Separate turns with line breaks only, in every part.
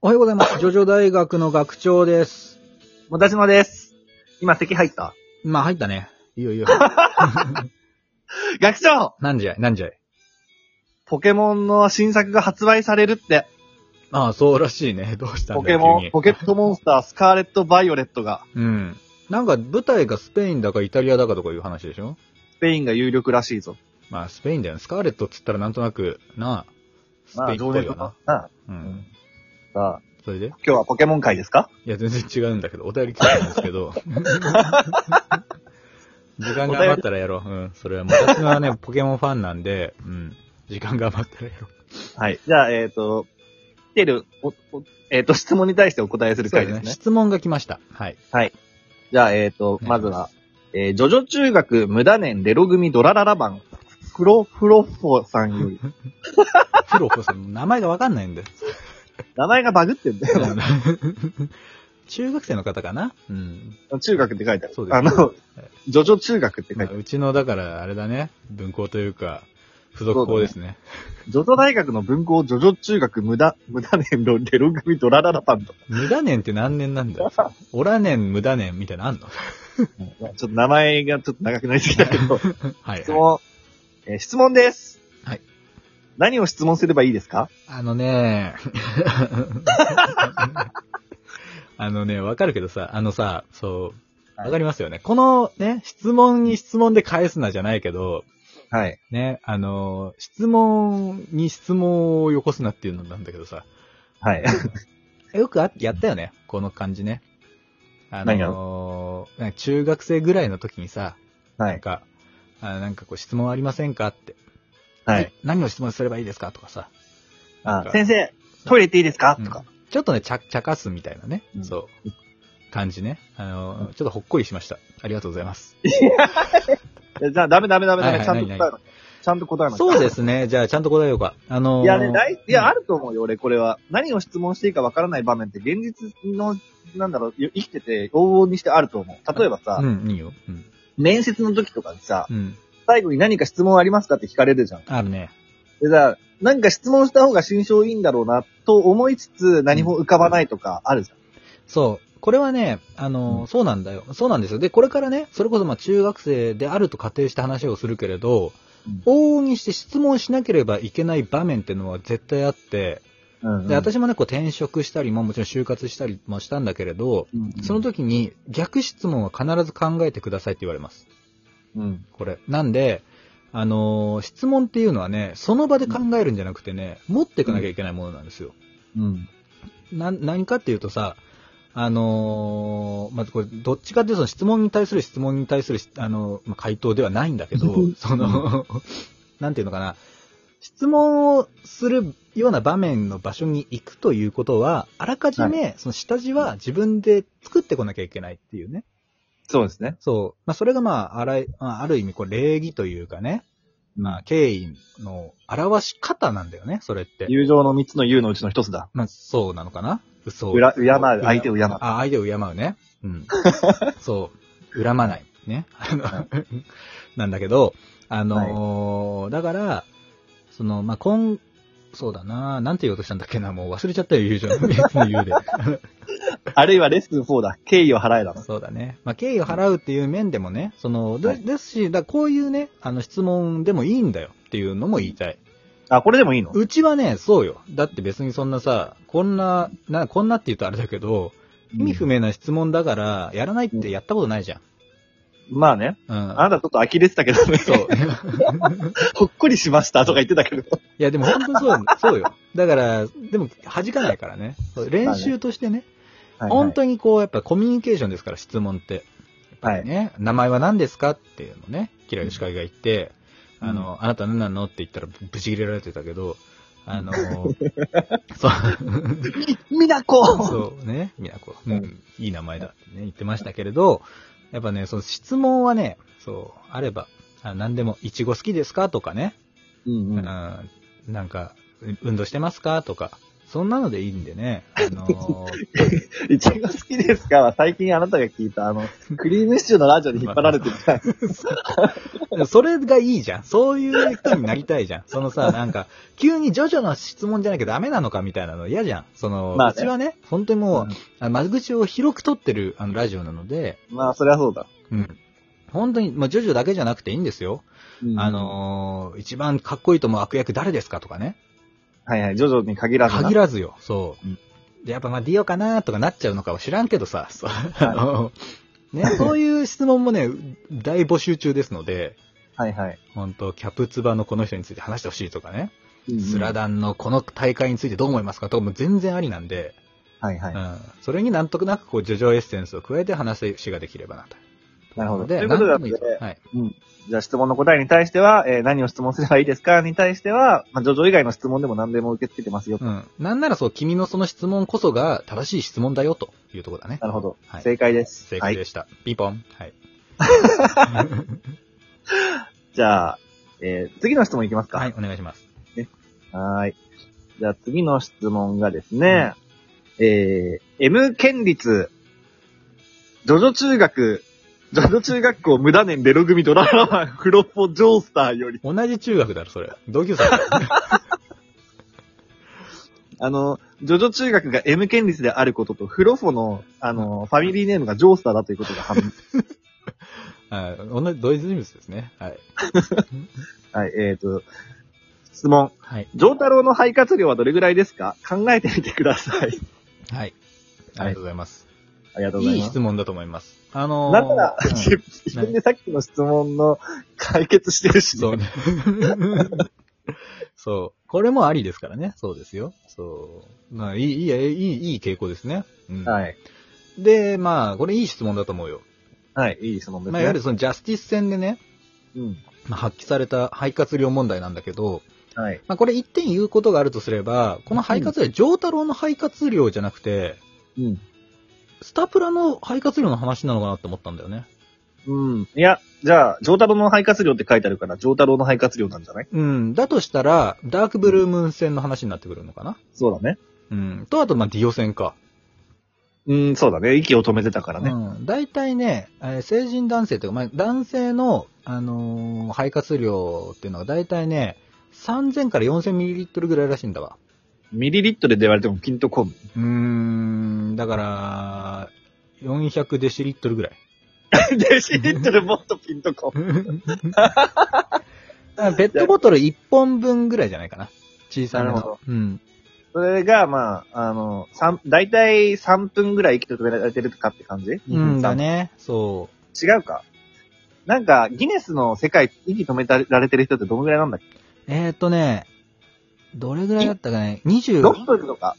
おはようございます。ジョジョ大学の学長です。
もたじまです。今、席入った。
まあ入ったね。いいよいい よ。
学長
なんじゃいなんじゃい
ポケモンの新作が発売されるって、
ああ、そうらしいね。どうしたんだ
ポケモ
急
ン、
に
ポケットモンスター、スカーレット・バイオレットが、
うん。なんか舞台がスペインだかイタリアだかとかいう話でしょ
スペインが有力らしいぞ。
まあスペインだよね。スカーレットっつったらなんとなく、なあ、ス
ま
ペ
あ、
インっ
情
ぽい
熱
よ
と
な
か。。な
うん。
あ、
それで
今日はポケモン会ですか
いや、全然違うんだけど、お便り来てたんですけ ど。時間が余ったらやろう。うん、それはもう。私 はね、ポケモンファンなんで、うん。時間が余ったらやろう。
はい。じゃあ、えっ、と、来てる、おおえっ、と、質問に対してお答えする会ですね。
質問が来ました。はい。
じゃあ、えっ、と、まずは、えー、ジョジョ中学無駄年レロ組ドラララ版、フロフロッフォさん より、
プロホさん、名前がわかんないんだよ。
名前がバグってんだよ。
中学生の方かなうん。
中学って書いてある。
そうです
あの、ジョジョ中学って書いて
ま
あ
あ
る。
うちの、だから、あれだね。文校というか、付属校ですね。
ジョジョ大学の文校、ジョジョ中学無駄、無駄年のレロ組ドラララパンと。
無駄年って何年なんだ よ。オラ年、無駄年みたいなのあんの
ちょっと名前がちょっと長くなりすぎた けど、
はい、
質
はい。
問、えー質問です。
はい。
何を質問すればいいですか
あのね あのね、わかるけどさ、あのさ、そう、
はい
わかりますよね。このね、質問に質問で返すなじゃないけど、
はい。
ね、あの、質問に質問をよこすなっていうのなんだけどさ、
はい。
よくあやったよね、この感じね。あ
何
のーなんか中学生ぐらいの時にさ、
は
なん
い。
か、あなんかこう質問ありませんかって。
はい
で。何を質問すればいいですかとかさ。なん
あ
か
先生、トイレ行っていいですか、
うん
とか。
ちょっとね、ちゃ、ちゃかすみたいなね。
うん
そう。感じね。あのーちょっとほっこりしました。ありがとうございます。
えじゃあ、ダメダメダメダメ、
はい
ちゃ
はい
んと答えなきゃちゃんと答えなきゃ
そうですね。じゃあ、ちゃんと答えようか。あのー
いやね、ない、い
うん
や、あると思うよ、俺、これは。何を質問していいかわからない場面って、現実の、なんだろう、生きてて、往々にしてあると思う。例えばさ、
うん、いいよ。うん。
面接の時とかにさ、
うん。
最後に何か質問ありますかって聞かれるじゃん。
あるね。
でさ、なんか質問した方が心象いいんだろうな、と思いつつ、何も浮かばないとか、あるじゃん。
そう。これはね、あのー、
うん
そうなんだよ。そうなんですよ。で、これからね、それこそまあ中学生であると仮定した話をするけれど、
うん
往々にして質問しなければいけない場面ってのは絶対あって、
うん、
で、私もね、こう転職したり、まあもちろん就活したりもしたんだけれど、その、時に逆質問は必ず考えてくださいって言われます。
うん。
これ。なんで、あのー質問っていうのはね、その場で考えるんじゃなくてね、持っていかなきゃいけないものなんですよ。
うん。
な、何かっていうとさ、あのーまあ、これ、どっちかっていうと、その質問に対する質問に対するし、あの、まあ、回答ではないんだけ ど、その、なんていうのかな、質問をするような場面の場所に行くということは、あらかじめ、その下地は自分で作ってこなきゃいけないっていうね。
そうですね。
そう。まあ、それがまあ、あらい、まあ、ある意味、こう、礼儀というかね、まあ、敬意の表し方なんだよね、それって。
友情の三つの言うのうちの一つだ。
まあ、そうなのかな嘘を
うら、敬う、相手を敬う。
あ、相手を敬うね。 うん。そう。恨まない。ね。あの
は
なんだけど、あのーだから、その、まあ、今、そうだななんて言おうとしたんだっけな、もう忘れちゃったよ、友情の 言うで。
あるいはレッスン4だ。敬意を払えだな。
そうだね。まあ、敬意を払うっていう面でもね、その、で
はい
ですし、だこういうね、あの、質問でもいいんだよっていうのも言いたい。
あ、これでもいいの
うちはね、そうよ。だって別にそんなさ、こんな、な、こんなって言うとあれだけど、意味不明な質問だから、やらないってやったことないじゃん。
まあね。
うん。
あなたちょっと呆れてたけどね。
そう。
ほっこりしましたとか言ってたけど。
いや、でも本当そう、そうよ。だから、でも弾かないからね。そう練習としてね、本当にこう、やっぱコミュニケーションですから、質問って。
はいはい。
ね、名前は何ですかっていうのね、キラヨシカイが言って、
うん
あの、あなた何なのって言ったらぶち切れられてたけど、あの、そう、
みなこ
そうね、みなこ、うん、いい名前だってね、言ってましたけれど、やっぱね、その質問はね、そう、あれば、あ何でも、いちご好きですかとかね、
うんうん。
うんなんか、運動してますかとか、そんなのでいいんでね。あのー
いちご好きですかは最近あなたが聞いた、あの、クリームシチューのラジオで引っ張られてるじゃん。
で もそれがいいじゃん。そういう人になりたいじゃん。 そのさ、なんか、急にジョジョの質問じゃなきゃダメなのかみたいなの嫌じゃん。その、
まあね
うちはね、本当にもう、
うん
あの間口を広く取ってるあのラジオなので、
まあ、そりゃそうだ。
うん。本当に、まあ、ジョジョだけじゃなくていいんですよ。
うん
あ、のー一番かっこいいと思う悪役誰ですかとかね。
はいはい、徐々に限らずな。
限らずよ。そう
うん
で。やっぱまあディオかなとかなっちゃうのかは知らんけど さ、そうあのね、そういう質問もね、大募集中ですので、
はいはい。
本当キャプツバのこの人について話してほしいとかね、スラ。ダンのこの大会についてどう思いますかとかも全然ありなんで、
はいはい。
うん。それになんとなくこう、ジョジョエッセンスを加えて話しができればなと。
なるほど。と
で
いうことな
何
の
でもい
で
いと、はい。
じゃあ質問の答えに対しては、えー何を質問すればいいですかに対しては、まあ、ジョジョ以外の質問でも何でも受け付けてますよ。
うん。なんならそう、君のその質問こそが正しい質問だよというところだね。
なるほど。
はい
正解です。
正解
は
でした。ピンポン。 はい。
い。じゃあ、えー次の質問いきますか。
はい、お願いします。
はーい。じゃあ次の質問がですね、えー、M 県立、ジョジョ中学、ジョジョ中学校無駄年ベロ組ドラマンフロッポジョースターより、
同じ中学だろ、それ。同級生だ ろ。
あの、ジョジョ中学が M 県立であることと、フロフォの、あの、ファミリーネームがジョースターだということが判明。
はい、同じ、同一人物ですね。はい。
はい、えーと、質問。
はい。
ジョータロウの肺活量はどれぐらいですか考えてみてください。
はい。ありがとうございます。
ありがとうござ
い
い
い
ます。
質問だと思います。あのー、
なんなら、
うん
自分でさっきの質問の解決してるし、ね。
そうね。 そう。これもありですからね。そうですよ。そう。まあ、いい、いい、いい、いい傾向ですね。うん。
はい。
で、まあ、これいい質問だと思うよ。
はい、いい質問ですね。
まあ、いわゆるそのジャスティス戦でね、
うん。
まあ、発揮された肺活量問題なんだけど、
はい。
まあ、これ一点言うことがあるとすれば、この肺活量、上太郎の肺活量じゃなくて、
うん。
スタプラの肺活量の話なのかなって思ったんだよね。
うん。いや、じゃあ、ジョータロウの肺活量って書いてあるから、ジョータロウの肺活量なんじゃない
うん。だとしたら、ダークブルームーン戦の話になってくるのかな。
そうだね。
うん。と、あと、まあ、ディオ戦か。
うん、そうだね。息を止めてたからね。
うん。大体ね、えー成人男性というか、まあ、男性の、あのー肺活量っていうのが大体ね、3000から4000ミリリットルぐらいらしいんだわ。
ミリリットルで言われてもピンとこん。
うーん。だから、400デシリットルぐ らい。
デシリットルもっとピンとこん。
ペットボトル1本分ぐらいじゃないかな。小さめ
なるほ
の。うん。
それが、まあ、あの、三、だいたい3分ぐらい息を止められてるかって感じ
うんだ。ね。そ
違うか。なんか、ギネスの世界、息止められてる人ってどのぐらいなんだっけ
う。えー、っとね、どれぐらいだったかね。20
?6 分とか。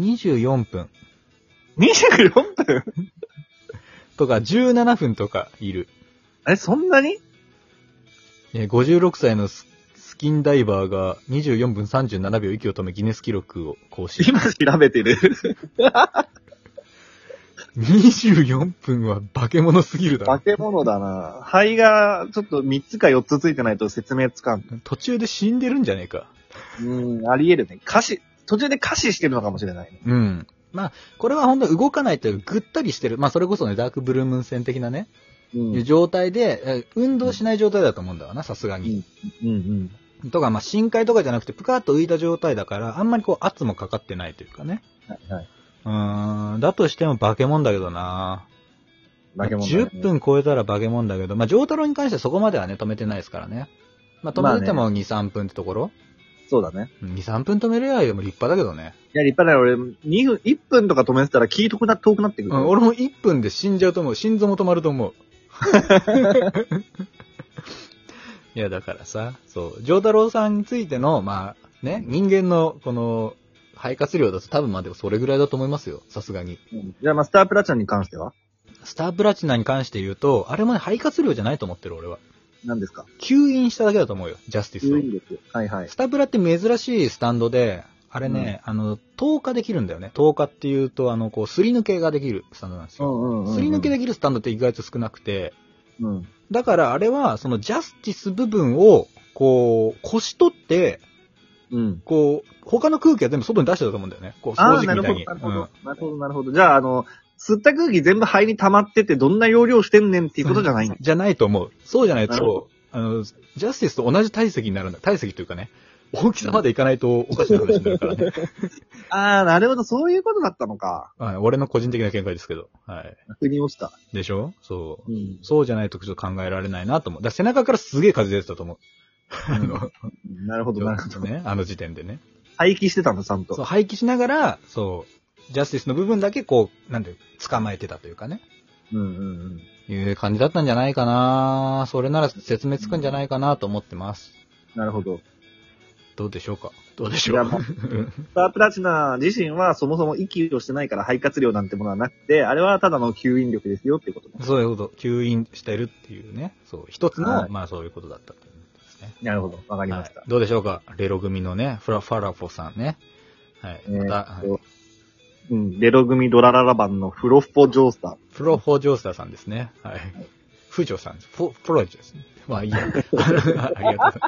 24分
24分
とか17分とかいる。
え、そんなに
えー56歳のススキンダイバーが24分37秒息を止めギネス記録を更新。
今調べてる。
24分は化け物すぎるだろ
化。け物だな肺が、ちょっと3つか4つついてないと説明つかん。
途中で死んでるんじゃねえか。
うん、あり得るね。歌詞、途中で歌詞してるのかもしれないね。
うん。まあ、これは本当に動かないというかぐったりしてる。まあ、それこそね、ダークブルームーン戦的なね、
うん。
いう状態で、えー運動しない状態だと思うんだわな、さすがに。
うんうん。
とか、まあ、深海とかじゃなくて、ぷかっと浮いた状態だから、あんまりこう、圧もかかってないというかね。
はいはい。
うーん、だとしても化け物だけどな
化け物だね、
10分超えたら化け物だけど、まあ、上太郎に関してはそこまではね、止めてないですからね。まあ、止めてても2、3分ってところ、
そうだね。
うん ?2、3分止めればよりも立派だけどね。
いや、立派だよ。俺、2分、1分とか止めてたら気遠くな、遠くなってくる。
うん、俺も1分で死んじゃうと思う。心臓も止まると思う。 いや、だからさ、そう、ジョータロウさんについての、まあ、ね、人間の、この、肺活量だと多分まあでもそれぐらいだと思いますよ。さすがに。
うんじゃあ、まあ、スタープラチナに関しては
スタープラチナに関して言うと、あれもね、肺活量じゃないと思ってる俺は。
何ですか
吸引しただけだと思うよ、ジャスティスを。
吸引力。はいはい。
スタブラって珍しいスタンドで、あれね、あの、透過できるんだよね。透過っていうと、あの、こう、すり抜けができるスタンドなんですよ。
ん
すり抜けできるスタンドって意外と少なくて、
うん。
だからあれは、そのジャスティス部分を、こう、腰取って、
うん。
こう、他の空気は全部外に出してたと思うんだよね。こう、
あ
掃
あ、
除
な
機
る
みた
ほ
い
ど、
に。う
なるほ
ん
ど。なるほど、なるほど。じゃあ、あの、吸った空気全部肺に溜まってて、どんな容量してんねんっていうことじゃないんだ。
じゃないと思う。そうじゃない
なるほ
と、あの、ジャスティスと同じ体積になるんだ。体積というかね、大きさまでいかないとおかしな話になる からね。
ああ、なるほど、そういうことだったのか。
はい、俺の個人的な見解ですけど。はい。
腑に落ちた。
でしょそう。
うん。
そうじゃないとちょっと考えられないなと思う。だから背中からすげえ風出てたと思う。あの、
なるほど、なるほど。
ね、あの時点でね。
廃棄してたの、ちゃん
そ
と
う、。廃棄しながら、そう、ジャスティスの部分だけこう、なんで、捕まえてたというかね。
うんうんうん。
いう感じだったんじゃないかなそれなら説明つくんじゃないかなと思ってます。
なるほど。
どうでしょうかどうでし
い
ょ
や、
う
もう、スタープラチナ自身はそもそも息をしてないから肺活量なんてものはなくて、あれはただの吸引力ですよってことね。
そういうこと。吸引してるっていうね。そう。一つの、
はい
まあそういうことだったってことですね。
なるほど。わかりました。
はい。どうでしょうかレロ組のね、フラ、ファラフォさんね。はい。
えー
また、はい
うん。レロ組ドラララ版のフロッポジョースター。
プロフォジョースターさんですね。はい。フジョーさんです。フォ、プロジョーですね。まあいいや。ありがとうございます。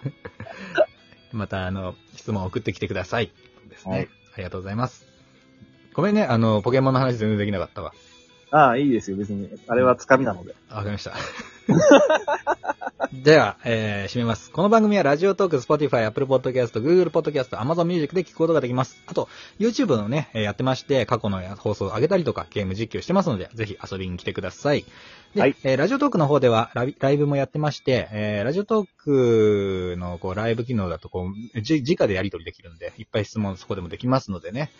また、あの、質問送ってきてください。ですね。
はい
ありがとうございます。ごめんね、あの、ポケモンの話全然できなかったわ。
ああ、いいですよ、別に。あれはつかみなので。
あわかりました。 では、えー、締めます。この番組はラジオトーク、Spotify、Apple Podcast、Google Podcast、Amazon Music で聞くことができます。あと、YouTube のね、えーやってまして、過去の放送を上げたりとか、ゲーム実況してますので、ぜひ遊びに来てください。で、
はい
えーラジオトークの方ではラビ、ライブもやってまして、えー、ラジオトークの、こう、ライブ機能だと、こう、じ、直でやり取りできるんで、いっぱい質問そこでもできますのでね、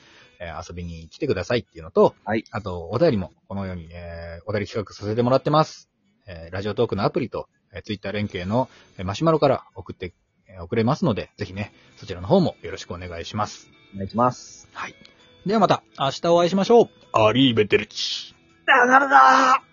えー遊びに来てくださいっていうのと、
はい
あと、お便りも、このように、えーお便り企画させてもらってます。えーラジオトークのアプリと、えー、ツイッター連携の、えーマシュマロから送って、えー送れますので、ぜひね、そちらの方もよろしくお願いします。
お願いします。
ではまた、明日お会いしましょうアリーベテルチ
だからだー